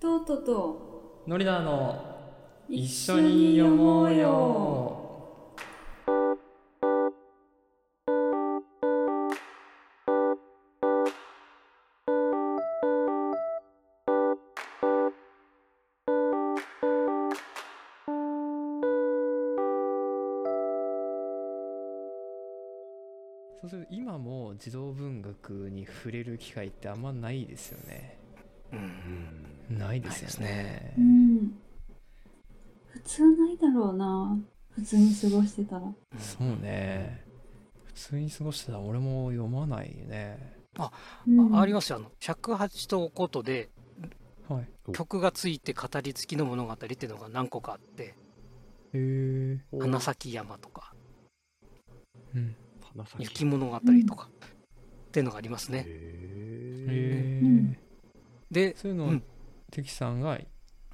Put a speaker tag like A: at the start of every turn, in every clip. A: とうとうと
B: ノリダーの
A: う
B: 一緒に読もうよそうすると今も児童文学に触れる機会ってあんまないですよね
C: うん
B: ないですよね
A: うん普通ないだろうな普通に過ごしてたら
B: そうね普通に過ごしてたら俺も読まないね
A: うん
C: あありますよあの尺八とお琴で
B: はい
D: お
C: 曲がついて語り付きの物語っていうのが何個かあって
B: へえ
C: 「花咲山」とか
B: うん
C: 「
D: 花咲
C: 雪物語」とかっていうのがありますね。
D: へ
B: へ
A: うん
B: え
C: で
B: そういうの
C: う
B: を
C: ん
B: 関さんが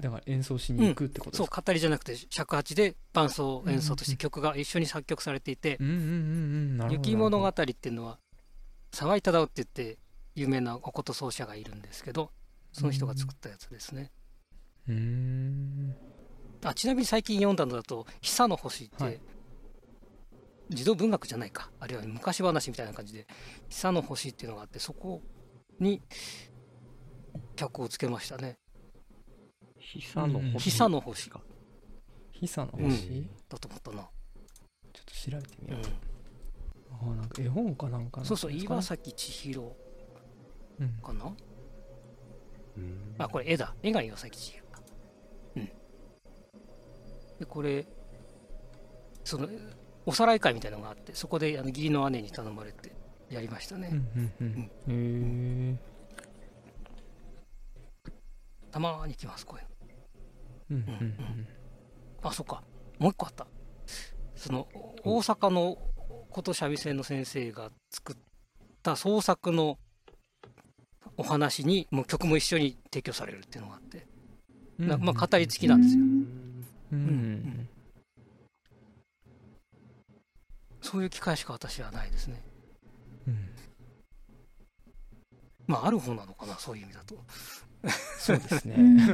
B: だから演奏しに行くってこと
C: そう
B: ですか
C: 語りじゃなくて尺八で伴奏演奏として曲が一緒に作曲されていて
B: うんうんうんうんな
C: 「
B: るほど
C: 雪物語」
B: な
C: っ
B: る
C: ていうのは沢井忠夫って言って有名なお琴奏者がいるんですけどその人が作ったやつですね。
B: ほどうーん
C: あちなみに最近読んだのだと「久の星」って、
B: はい
C: 児童文学じゃないかあるいは昔話みたいな感じで「久の星」っていうのがあってそこに脚をつけましたね
D: 久の
C: 「
D: 星
C: 久の星
D: か」
B: 久の星、
C: うん
B: ちょ
C: だと思ったな、
B: っと調べてみ
C: う
B: よ
C: ん
B: う、あーなんか絵本かなんかなん
C: そうそう
B: ですかね
C: 岩崎千尋
B: うん
C: かな
D: うん
C: あこれ絵だ絵が岩崎千尋かうんでこれそのおさらい会みたいなのがあってそこであの義理の姉に頼まれてやりましたね、
B: うんうんうんへ
C: たまーに来ますこういうの
B: えうん
C: うあそっかもう一個あったその大阪の琴三味線の先生が作った創作のお話にもう曲も一緒に提供されるっていうのがあって、
B: うん
C: な
B: うん
C: まあ語り付きなんですよ、
B: うんうん
C: うんそういう機会しか私はないですね
B: うんうん
C: まあある方なのかなそういう意味だと
B: そうですね
A: う。ん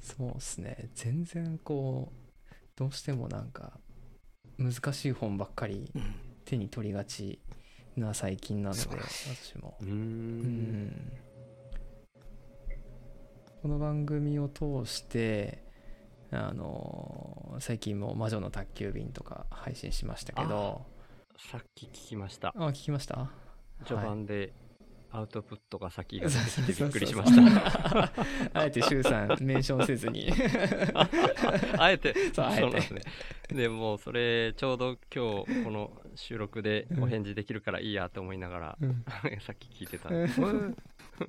B: そうですね。全然こう、どうしてもなんか、難しい本ばっかり
C: うん
B: 手に取りがちな最近なので、
C: 素晴ら
B: 私も
D: う。
B: うんん。この番組を通して、あのー最近も魔女の宅急便とか配信しましたけど、
D: さっき聞きました
B: あ聞きました
D: 序盤でアウトプットが先が先でび
B: そう
D: っ
B: そうそう
D: くりし
B: そう
D: ました
B: あえて周さん、メンションせずに。
D: あえて
B: そうあえて
D: なんですねでもうそれちょうど今日この収録でお返事できるからいいやと思いながら さっき聞いてたんで
B: そうそ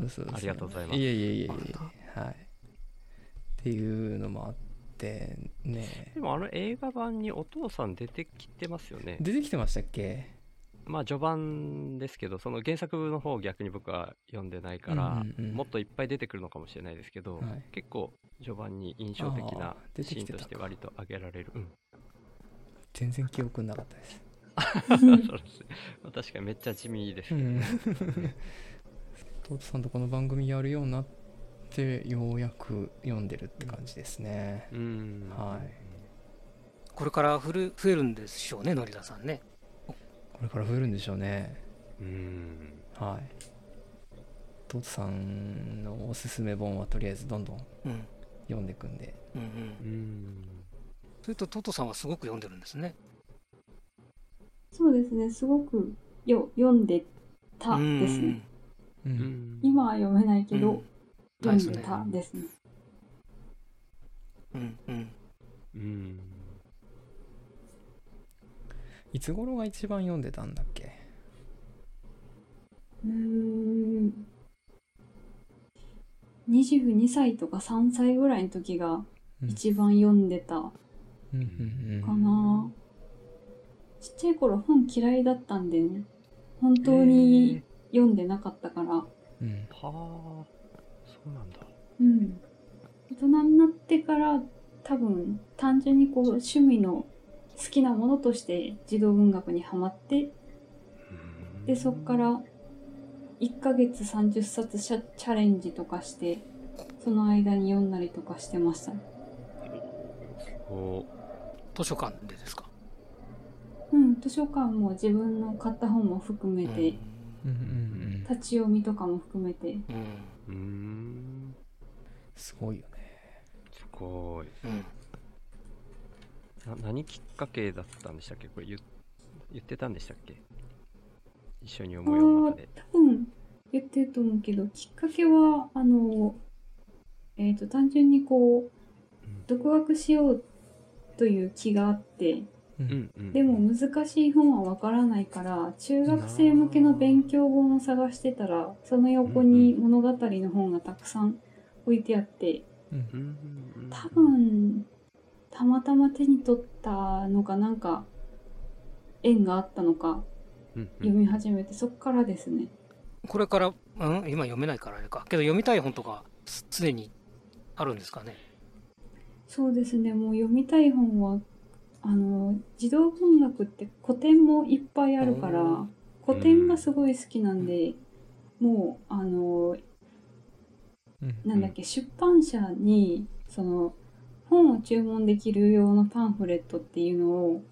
B: うそう
D: ありがとうございます
B: いえいえいえい
C: ありが
B: え。はい。っていうのもあってね
D: で。もあの映画版にお父さん出てきてますよね
B: 出てきてましたっけ
D: まあ序盤ですけどその原作の方を逆に僕は読んでないから、
B: うんうんうん
D: もっといっぱい出てくるのかもしれないですけど、
B: はい
D: 結構序盤に印象的
B: あ
D: な
B: ー出て
D: シ
B: き
D: ーン
B: て
D: と
B: た
D: して
B: か
D: 割と挙げられる、うん
B: 全然記憶なかったです。
D: そうですねまあ確かにめっちゃ地味です
B: う
D: けど、
B: ん。トートさんとこの番組やるようになってようやく読んでるって感じですね。
D: うん
B: はい。
C: これから増る増えるんでしょうねのりださんね
B: これから増えるんでしょうね。
D: うん
B: はい。トートさんのおすすめ本はとりあえずどんどん
C: うん
B: 読んでいくんで。
C: うんう
D: うんん
C: それとトトさんはすごく読んでるんですね
A: そうですねすごくよ読んでたですね
B: う。
D: うんん
A: 今は読めないけ
C: うん
A: ど、
C: ないです
A: 読ん
C: ね
A: でたですね
C: うんうん
D: うん
B: いつ頃が一番読んでたんだっけ
A: うーん22歳とか3歳ぐらいの時が一番読んでたか
B: うんうんうん
A: な、ちっちゃい頃本嫌いだったんでね本当に読んでなかったから、
B: うん
D: はあそうなんだ
A: うん大人になってから多分単純にこう趣味の好きなものとして児童文学にはまってでそこから1ヶ月30冊シャチャレンジとかしてその間に読んだりとかしてましたね
D: お
C: 図書館でですか
A: うん図書館も自分の買った本も含めて、
B: うんうんうん
A: 立ち読みとかも含めて
C: うん
D: うーん
B: すごいよね
D: すごい
C: うん
D: な何きっかけだったんでしたっけこれ言言ってたんでしたっけ一緒に
A: あ
D: 思いの
A: ー
D: 中で
A: 多分言ってると思うけどきっかけはあのえっ、と単純にこ
D: うん
A: う独学しようという気があって
B: うん
D: うんうん
A: でも難しい本はわからないから中学生向けの勉強本を探してたらその横に物語の本がたくさん置いてあって
B: うん
D: うんうんうん
A: 多分たまたま手に取ったのかなんか縁があったのか
D: うんうん
A: 読み始めてそっからですね
C: これから、うん、今読めないからあれかけど読みたい本とかす常にあるんですかね
A: そうですねもう読みたい本はあの児童文学って古典もいっぱいあるから
C: うん
A: 古典がすごい好きなんで、もうあの
B: うん
A: なんだっけ出版社にその本を注文できる用のパンフレットっていうのを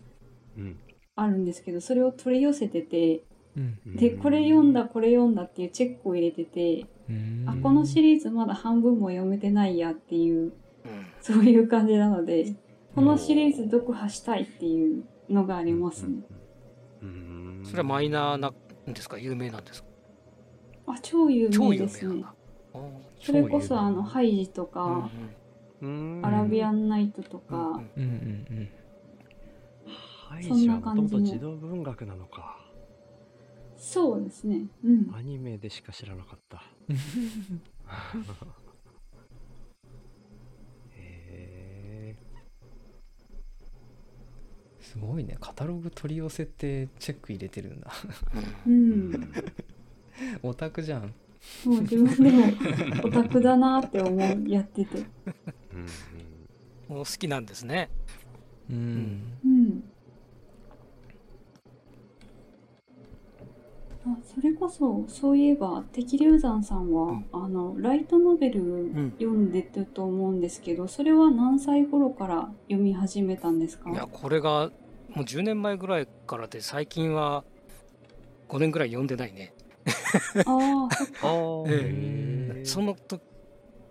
D: うん
A: あるんですけどそれを取り寄せてて
B: うん
D: うん
A: でこれ読んだこれ読んだっていうチェックを入れてて
B: うん
A: あこのシリーズまだ半分も読めてないやっていう
C: うん
A: そういう感じなのでこのシリーズ読破したいっていうのがありますね。
D: うんうん
C: それはマイナーなんですか有名なんですか
A: あ超有
C: 超
A: 名で
C: 有名
A: す
C: なん
A: ね
C: だ。あー
A: それこそあの
B: は
A: ハイジと
C: うん
A: か、
D: うん
A: アラビアンナイトとか、
C: うんうん
B: うんうん
D: はい
A: そんな感じの
D: じゃあもともと児童文学なのか
A: そうですね。うん。
D: アニメでしか知らな かった
B: うん
D: へー
B: すごいねカタログ取り寄せてチェック入れてるんだ
A: う。
D: うんん
B: オタクじゃん
A: もう自分でもオタクだなって思う、やってて。
D: うん
C: お好きなんですね。
B: うん、
A: うん。あそれこそ、そういえば、敵流山さんは、あの、ライトノベル
C: ん
A: 読んでたと思うんですけど、それは何歳頃から読み始めたんですか
C: いやこれがもう10年前ぐらいからで最近は5年ぐらい読んでないね。
A: ああ、そっ
D: あー
B: え
D: へー
C: そのと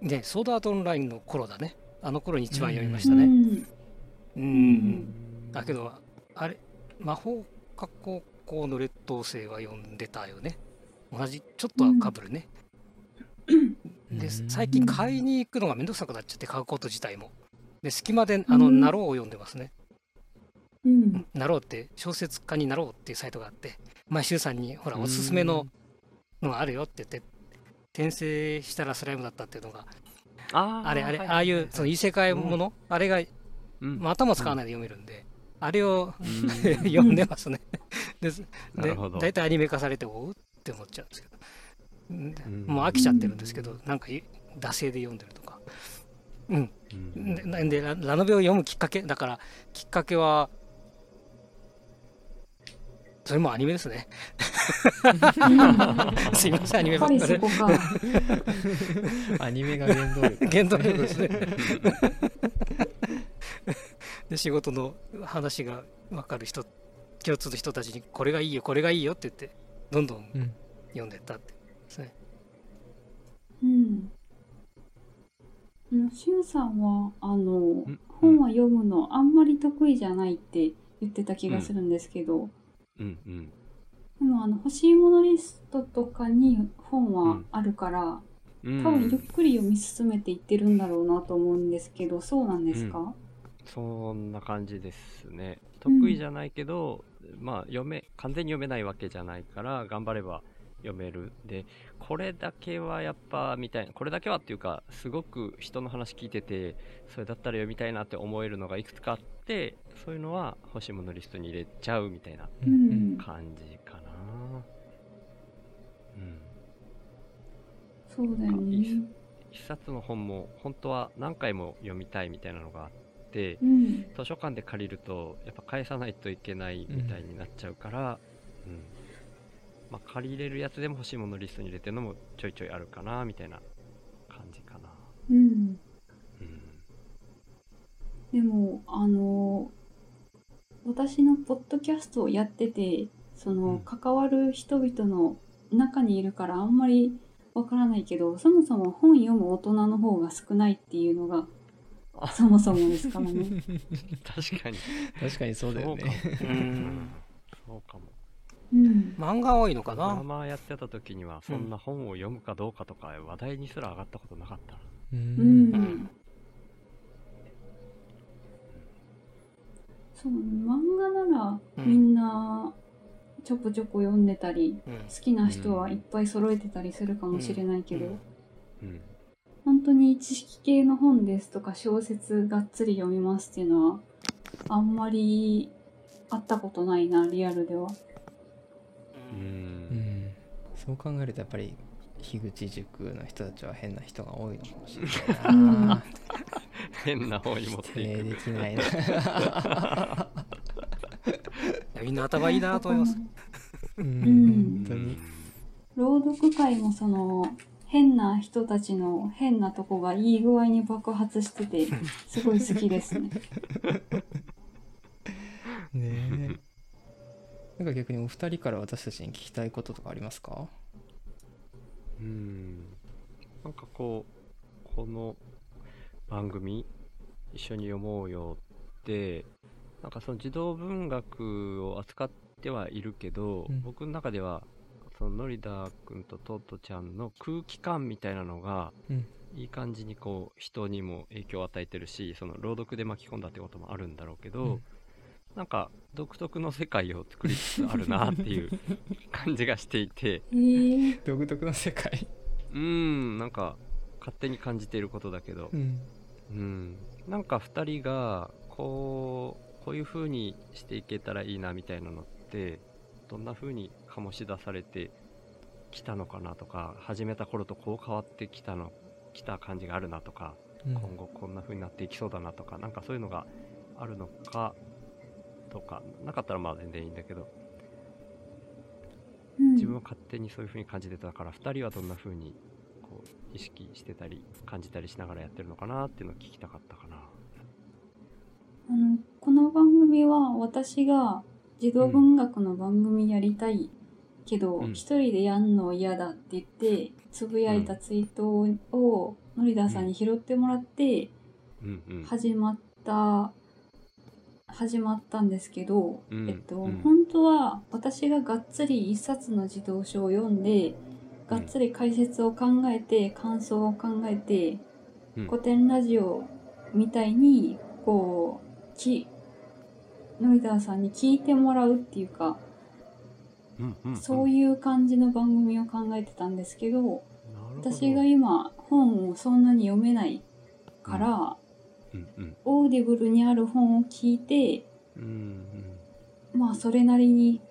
C: ねソードアートオンラインの頃だね。あの頃に一番読みまし
A: う
C: たね。
A: ん。
C: うん
A: ん
C: だけどあれ魔法科高校の劣等生は読んでたよね。同じちょっとはかぶるね。
B: うん
C: で最近買いに行くのがめんどくさくなっちゃって買うこと自体も。で隙間であの、
A: うん
C: ナローを読んでますね。
A: うん。
C: なろうって小説家になろうっていうサイトがあって毎週さんにほらおすすめののがあるよって言って転生したらスライムだったっていうのが
D: あー
C: あれあれ
D: はい
C: ああいうその異世界ものあれが
D: うん
C: まあ頭使わないで読めるんであれを
D: うん
C: 読んでますね です
D: な
C: で
D: るほど
C: 大体アニメ化されておうって思っちゃうんですけどんで
D: うん
C: もう飽きちゃってるんですけどなんかい惰性で読んでるとかうん
D: うん
C: でなんでララノベを読むきっかけだからきっかけはそれもアニメです ねすいませんアニメ
A: やっ
C: ば
A: ぱ
C: っ
A: り
C: か
A: そ
C: り
A: こか。
B: アニメが原動力
C: 原動力ですねで仕事の話が分かる人共通の人たちにこれがいいよこれがいいよって言ってどんどん
B: うん
C: 読んでったってですね
A: うん。うんしゅんさんは、あの
D: ん、
A: 本は読むのあんまり得意じゃないって言ってた気がするんですけど、
D: うんうん
A: でもあの欲しいものリストとかに本はあるから、
D: うん
A: 多分ゆっくり読み進めていってるんだろうなと思うんですけど、そうなんですか、
D: そんな感じですね
A: うん
D: 得意じゃないけど、まあ読め完全に読めないわけじゃないから頑張れば読めるでこれだけはやっぱみたいなこれだけはっていうかすごく人の話聞いててそれだったら読みたいなって思えるのがいくつかあってそういうのは欲しいものリストに入れちゃうみたいな
A: う
B: うん
A: ん、
D: 感じかなうん
A: そうだよね。
D: 一冊の本も本当は何回も読みたいみたいなのがあって、
A: うん、
D: 図書館で借りるとやっぱ返さないといけないみたいになっちゃうから、うんまあ、借りれるやつでも欲しいものリストに入れてるのもちょいちょいあるかなみたいな感じかな。
A: うん。
D: うん、
A: でもあの私のポッドキャストをやっててその、
D: うん
A: 関わる人々の中にいるからあんまりわからないけどそもそも本読む大人の方が少ないっていうのが
D: あ
A: そもそもですから ね。
D: 確かに。
B: 確かにそうだよね。
D: そ
C: う
D: うかも。うんんそうかも。
A: うん、
C: 漫画多いのか
D: ドラ
C: な
D: マーやってた時には、そんな本を読むかどうかとか話題にすら上がったことなかったな。
B: う
A: うんんそう漫画な
C: う
A: ら
C: ん
A: みんなちょこちょこ読んでたり
C: うん
A: 好きな人はいっぱい揃えてたりするかもしれないけど、
C: うん
D: うん。
A: 本当に知識系の本ですとか小説がっつり読みますっていうのはあんまり会ったことないなリアルでは
D: う。
B: うんんそう考えるとやっぱり樋口塾の人たちは変な人が多いのかもしれ
A: う
B: ない
A: ん
B: な。
D: 変な方に持っ
B: 否
D: てい
B: 定
D: く。
B: できないな。
C: みんな頭いいなと思 います。
A: う
B: う
A: ん
B: 本当に。
A: 朗読会もその変な人たちの変なとこがいい具合に爆発しててすごい好きですね
B: ね え。なんか逆にお二人から私たちに聞きたいこととかありますか
D: うんなんかこうこの番組一緒に読もうよってなんかその児童文学を扱ってはいるけど、
B: うん
D: 僕の中ではそのノリダ君とトットちゃんの空気感みたいなのが、
B: うん
D: いい感じにこう人にも影響を与えてるしその朗読で巻き込んだってこともあるんだろうけど、
B: うん
D: なんか独特の世界を作りつつあるなっていう感じがしていて。
A: へえ
B: 独特の世界。
D: うーんなんか勝手に感じていることだけど
B: うん。
D: うんなんか2人がこうこういう風にしていけたらいいなみたいなのってどんな風に醸し出されてきたのかなとか始めた頃とこう変わってきたのきた感じがあるなとか今後こんな風になっていきそうだなとかなんかそういうのがあるのかとかなかったらまあ全然いいんだけど
A: うん
D: 自分は勝手にそういう風に感じてたから2人はどんな風にこう意識してたり感じたりしながらやってるのかなっていうのを聞きたかったかな。
A: あのこの番組は私が児童文学の番組やりたいけど
D: うん
A: 一、人でやんの嫌だって言ってつぶやいたツイートをノリダーさんに拾ってもらって
D: うんうん
A: 始まった、始まったんですけど、
D: うん
A: えっと、
D: うん
A: 本当は私ががっつり一冊の児童書を読んでがっつり解説を考えて感想を考えて
D: うん
A: 古典ラジオみたいにこうきノイダーさんに聞いてもらうっていうか、
D: うんうん
A: そういう感じの番組を考えてたんですけど
D: なるほど
A: 私が今本をそんなに読めないから、
D: うんうん
A: オーディブルにある本を聞いて
D: うんうん
A: まあそれなりに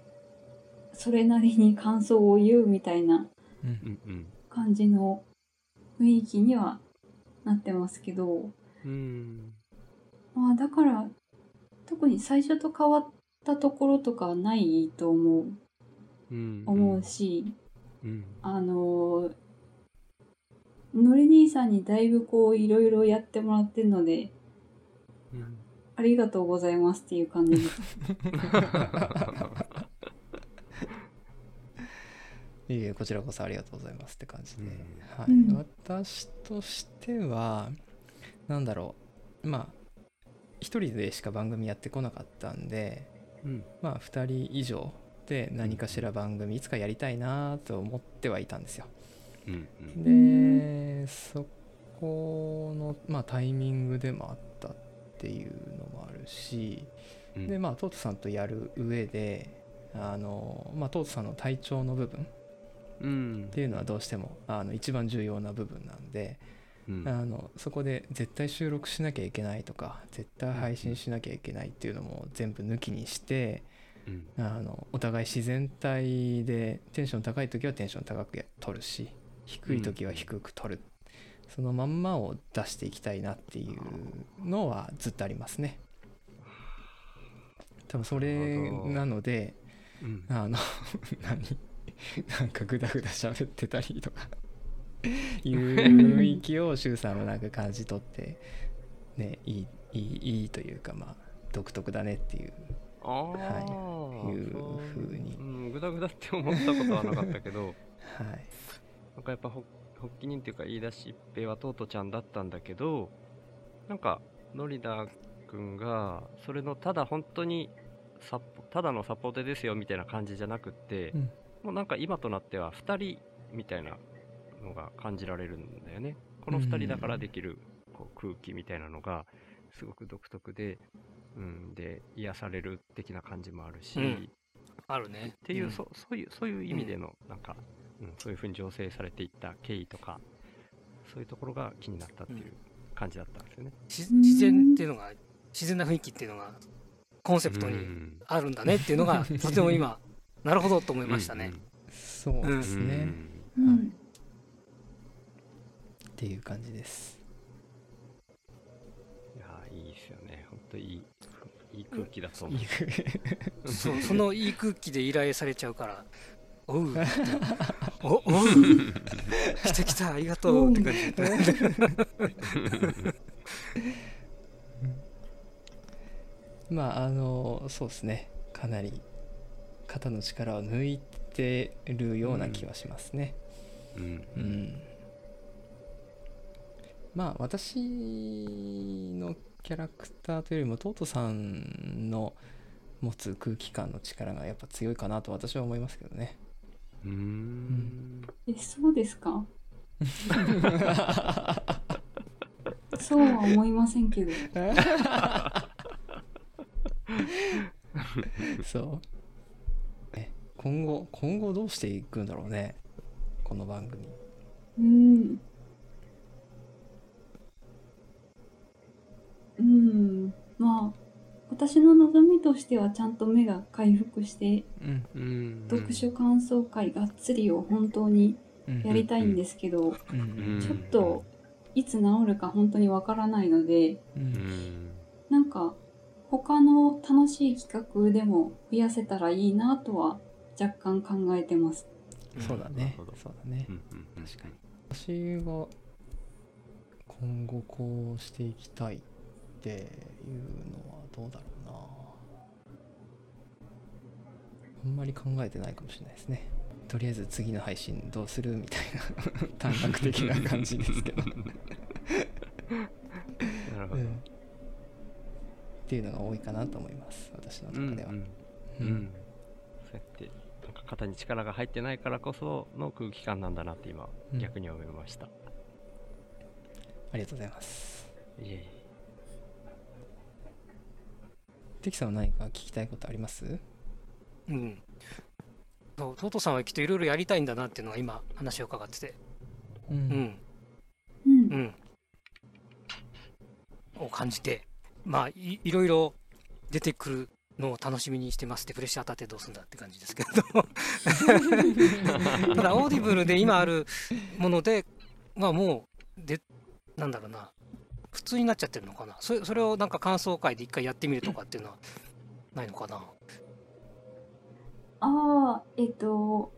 A: それなりに感想を言うみたいな
B: うん
D: うんうん
A: 感じの雰囲気にはなってますけど。
D: うん
A: まあだから特に最初と変わったところとかはないと思う
D: うん
A: 思うし、
D: うん
A: あのーのり兄さんにだいぶこういろいろやってもらってるので
D: うん
A: ありがとうございますっていう感じです。
B: いえいえこちらこそありがとうございますって感じで、
D: うん
B: はい
A: うん
B: 私としては何だろうまあ一人でしか番組やってこなかったんで
D: うん
B: まあ2人以上で何かしら番組いつかやりたいなと思ってはいたんですよ。
D: うんうん
B: でそこの、まあ、タイミングでもあったっていうのもあるし
D: うん
B: でまあトートさんとやる上であの、まあ、トートさんの体調の部分
D: うん
B: っていうのはどうしてもあの一番重要な部分なんで、
D: うん
B: あのそこで絶対収録しなきゃいけないとか絶対配信しなきゃいけないっていうのも全部抜きにして
D: うん
B: あのお互い自然体でテンション高い時はテンション高く取るし低い時は低く取る、そのまんまを出していきたいなっていうのはずっとありますね。多分それなので
D: うん
B: あの 何なんかグダグダ喋ってたりとかいう雰囲気を周さんはなんか感じ取ってねいいいいいいというかまあ独特だねっていう
D: ああ、
B: はいいうふうに
D: うん、ぐだぐだって思ったことはなかったけど、
B: はい
D: なんかやっぱほ発起人っていうか言い出しっぺはトートちゃんだったんだけどなんかノリダ君がそれのただ本当にサポただのサポートですよみたいな感じじゃなくって、
B: うん
D: もうなんか今となっては2人みたいなのが感じられるんだよねこの2人だからできるこう空気みたいなのがすごく独特で、うん、で癒される的な感じもあるし、
C: うんあるね。
D: っていう、
C: ん
D: そそういうそういう意味での、なんか、うん、そういうふうに醸成されていった経緯とかそういうところが気になったっていう感じだったんですよね。
C: し自然っていうのが、自然な雰囲気っていうのが、コンセプト
D: う
C: に
D: ん
C: あるんだねっていうのが、とても今、なるほどと思いましたね。
B: そうですね、
D: う
B: っ
D: ん
A: うん
B: ていう感じです
D: いやーいいですよね本当いいいい空気だと思。
B: いう
C: そうそのいい空気で依頼されちゃうから、おうって、おおう、来てきた、ありがとうって感じ。
B: まああのそうですねかなり肩の力を抜いてるような気はしますね、
D: うん
B: うんまあ私のキャラクターというよりもトートさんの持つ空気感の力がやっぱ強いかなと私は思いますけどね。
D: うーん
A: えそうです かそうは思いませんけど
B: そう。ね今後今後どうしていくんだろうねこの番組。
A: うんうんまあ私の望みとしてはちゃんと目が回復して
B: うん
D: うん
A: 読書感想会がっつりを本当にやりたいんですけど、
B: うん
D: うん
A: ちょっといつ治るか本当にわからないので
B: う
D: うんん
A: なんか他の楽しい企画でも増やせたらいいなとは若干考えてます。
B: そうだ
D: なる
B: ね
D: ほど
B: そうだね
D: う。んうん
B: 確かに私が今後こうしていきたいっていうのはどうだろうなあんまり考えてないかもしれないですねとりあえず次の配信どうするみたいな短絡的な感じですけど、
D: なるほ
B: う
D: ど
B: んっていうのが多いかなと思います私の
D: う
B: 中
D: ん
B: では、
D: うん
B: う
D: うんんそうやってなんか肩に力が入ってないからこその空気感なんだなって今、
B: うん
D: 逆に思いました。
B: ありがとうございます
D: いえいえ
B: テキさんは何か聞きたいことあります
C: うん。そう、トトさんはきっといろいろやりたいんだなっていうのが今、話を伺ってて。
B: う
C: うん。
A: う、
C: うんん。を感じて、まあ、いいろいろ出てくるのを楽しみにしてますって、プレッシャー当たってどうすんだって感じですけど。ただ、オーディブルで今あるもので、まあもう、で、なんだろうな、普通になっちゃってるのかな。それそれをなんか感想会で一回やってみるとかっていうのはないのかな。
A: ああえっ、と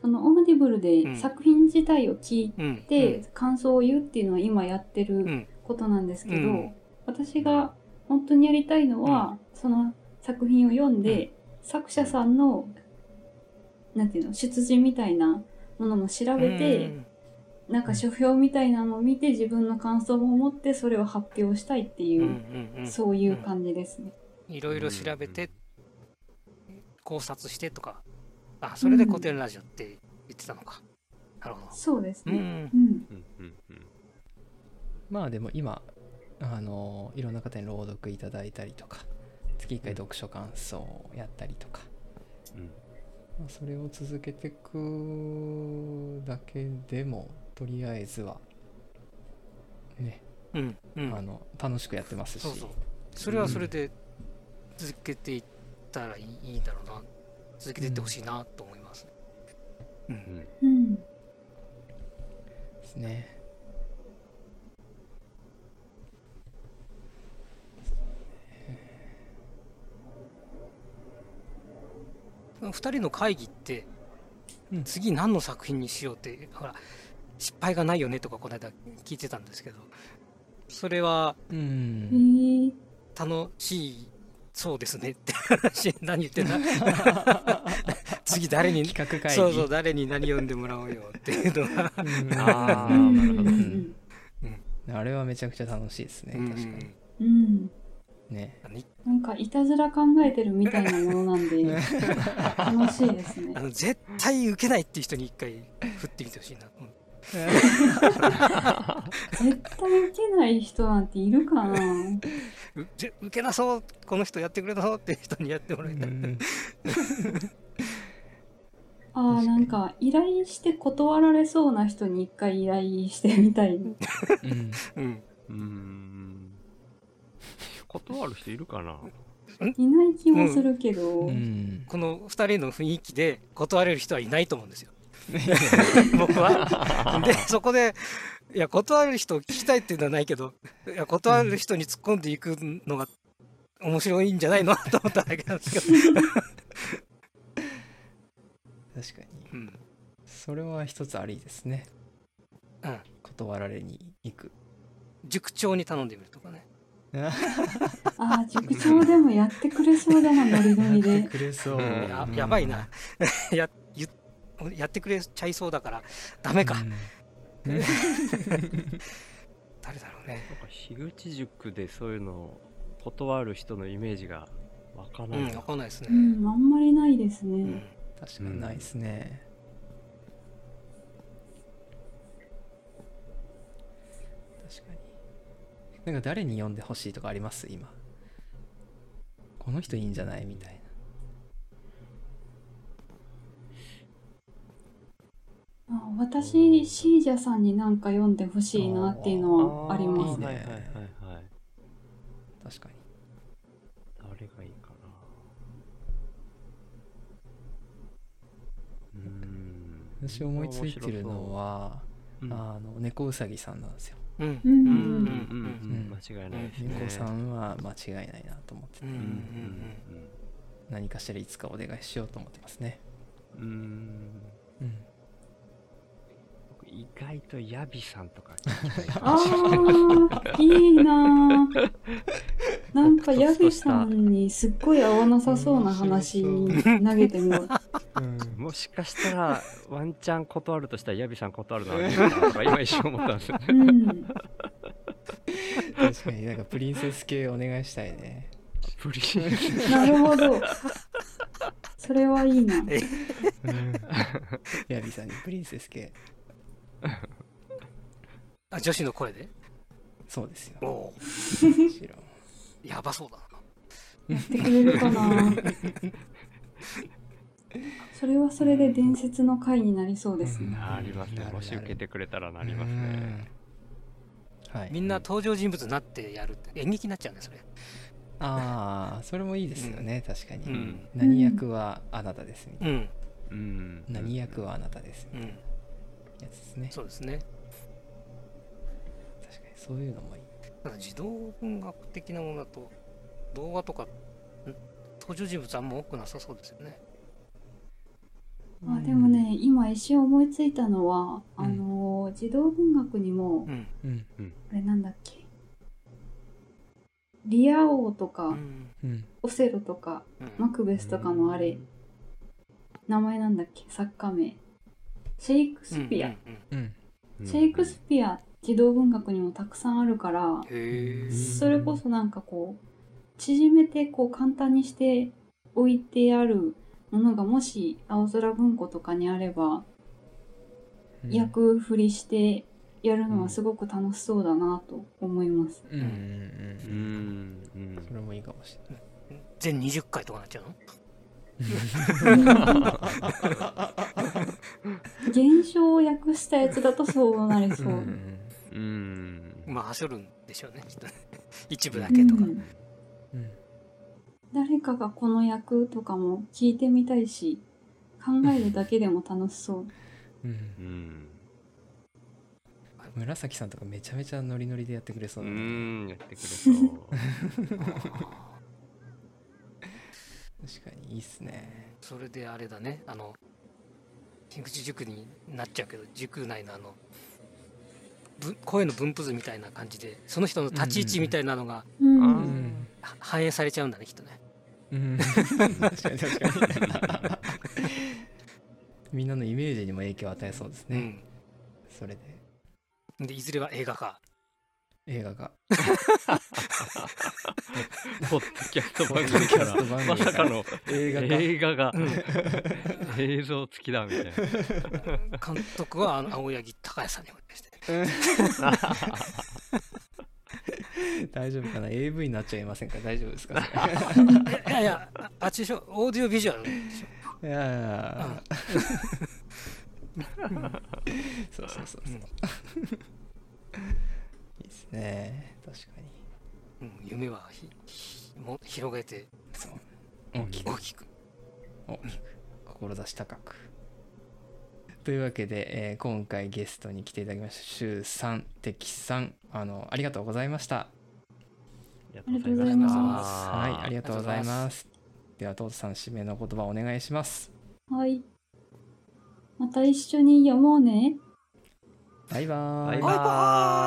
A: そのオーディブル
C: う
A: で
C: ん
A: 作品自体を聞い
C: うん。
A: て感想を言うっていうのは今やって
C: うん、う
A: る
C: ん。
A: ことなんですけど、
C: うん
A: 私が本当にやりたいのは、その作品を読んで、作者さんのなんていうの出自みたいなものも調べて、
C: うん
A: なんか書評みたいなのを見て自分の感想を持ってそれを発表したいってい
C: うん
A: う、
C: うんうん
A: そういう感じですね。
C: いろいろ調べて、考察してとか、あ、それで古典ラジオって言ってたのか。なるほど。
A: そうです
C: うんう
A: ね。
C: ん、
A: うん、
D: うんうんうん
B: まあでも今あのいろんな方に朗読いただいたりとか月1回読書感想をやったりとか、
D: うん
B: まあそれを続けていくだけでもとりあえずはね、
C: うん、うん
B: あの楽しくやってますし
C: そうそう。それはそれで続けていったらいいいいんだろうな。続けていってほしいなと思います。う。
D: うんん
A: うん、
B: ですね。
C: 二人の会議って、
B: うん
C: 次何の作品にしようってほら失敗がないよねとかこの間聞いてたんですけどそれは
B: うん
A: へえ
C: 楽しいそうですねって話何言ってんだ次誰に
B: 企画会議
C: そうそう誰に何読んでもらおうよっていうの が、
B: うん
D: あ
A: う
D: ー
A: ん
D: なるほど
A: うん
B: あれはめちゃくちゃ楽しいですね
C: うん
B: 確かに
A: うん
B: ね
A: なんかいたずら考えてるみたいなものなんで楽しいです
C: あ
A: ね
C: の絶対受けないっていう人に一回振ってみてほしいな、うん
A: 絶対受けない人なんているかな
C: うぜ受けなそうこの人やってくれなそうっていう人にやっても
B: う
C: らいたい、
B: ん
A: あーなんか依頼して断られそうな人に一回依頼してみたい
B: うん
C: うん
D: うーん。断る人いるかない
A: ない気もするけど、
B: うん
C: この2人の雰囲気で断れる人はいないと思うんですよ僕はでそこでいや断る人を聞きたいっていうのはないけどいや断る人に突っ込んでいくのが面白いんじゃないのと思っただけなんですけど、
B: 確かに
C: うん
B: それは一つありですね
C: うん
B: 断られに行く
C: 塾長に頼んでみるとかね
A: ああ塾長でもやってくれそうだなノリノリ
B: やって
A: で
B: くれそう
D: うん
C: や
B: うん
C: やばいな やゆやってくれちゃいそうだからダメか、
B: うんね
C: 誰だろうね
D: なんか樋口塾でそういうのを断る人のイメージがわか
C: う
D: ら
C: ん
D: ない
C: 分
D: な。
C: かんないですね、
A: うんあんまりないですね、
C: うん
B: 確かにないですね確かになんか誰に読んでほしいとかあります今この人いいんじゃないみたい
A: あ私シージャさんになんか読んでほしいなっていうのはあります
B: ね
D: はいはいはいはい。
B: な確かに
D: 誰がいいかなうーん
B: 私思いついてるのは、
D: うん
B: あの猫うさぎさんなんですよ
C: うん
A: うん
D: う
A: うん
D: うん
A: ん
D: うんうん間違いないですね
B: 猫さんは間違いないなと思ってて、
C: うんうんう
D: うん
C: ん
B: 何かしらいつかお願いしようと思ってますね、
D: うんうんうん
B: うん、
D: 僕意外とヤビさんとか
A: あーいいなーなんかヤビさんにすっごい合わなさそうな話投げても
D: もしかしたらワンチャン断るとしたらヤビさん断るのありかなとか今一瞬思ったんですよね
A: うん
B: 確かになんかプリンセス系お願いしたいね
D: プリン
A: なるほどそれはいいな
B: ヤビさんにプリンセス系
C: あ女子の声で
B: そうですよ
C: おお
B: もちろん
C: やばそうだな
A: やってくれるかなそれはそれで伝説の回になりそうですね
D: ありますねもし受けてくれたらなりますね
B: うんはい
C: みんな登場人物になってやるって演劇になっちゃうんですね
B: ああそれもいいですよね、確かに、
C: うん
B: 何役はあなたですみたい
C: うん
D: うん
B: な、何役はあなたですみ
C: う
B: たい
C: ん
B: なやつですね、
C: そうですね
B: 確かにそういうのもいい
C: ただ児童文学的なものだと動画とかん登場人物あんま多くなさそうですよね
A: あでもね今一瞬思いついたのは、
B: うん
A: あのー児童文学にも
C: うん
B: うん
A: あれなんだっけリア王とか、
C: うん
B: うん
A: オセロとか
C: うん
A: マクベスとかのあれ、
D: うん
A: 名前なんだっけ作家名シェイクスピア、
C: うんうんうん
B: うん
A: シェイクスピア児童文学にもたくさんあるから、
C: へえ
A: それこそなんかこう縮めてこう簡単にして置いてあるものがもし青空文庫とかにあれば
B: うん
A: 役振りしてやるのはすごく楽しそうだなと思います。
B: うんうんう
D: う
B: んうん
D: んうん
B: それもいいかもしれない
C: 全20回とかなっちゃうの
A: 現象を訳したやつだとそうなりそう。
B: う
A: うんん
D: うん
C: まあはしょるんでしょうねきっとね 一部だけとか
B: うん
A: 誰かがこの役とかも聞いてみたいし考えるだけでも楽しそう。
B: うん
D: うん
B: 紫さんとかめちゃめちゃノリノリでやってくれそううだね
D: んやってくれそう
B: 確かにいいっすね
C: それであれだねあの新口塾になっちゃうけど塾内のあのぶ声の分布図みたいな感じでその人の立ち位置みたいなのが
A: うん
D: あ
B: う
D: ー
B: ん
C: は反映されちゃうんだねきっとね。
B: うん確かに確かにみんなのイメージにも影響を与えそうですね、それで
C: うん、でいずれは映画化
B: 映画が
D: ポッドキャスト番組
B: ポッド
D: か
B: キャスト番
D: ら
B: 組
D: ま
B: から
D: さかの
B: 映画
D: 映画が
C: うん
D: 映像付きだみたいな。
C: 監督はあの青柳高也さんにお願いして
B: 大丈夫かな AV になっちゃいませんか大丈夫ですか、ね、
C: いやいやああっちでしょオーディオビジュアルでしょ
B: いやいやいやそうそうそうそう、
C: うん
B: いいですね確かに
C: うん、夢はひひも広げて
B: そう大きく
C: 大きく
B: 大きく志高くというわけで、えー今回ゲストに来ていただきました周さん敵さんあのありがとうございました
D: あ
A: りがとうございました
B: はいありがとうござい
C: ありがとうござい
B: ま
C: ます
B: ではトートさん締めの言葉お願いします
A: はい。また一緒に読もうね。
B: バイバーイ
D: バイバーイ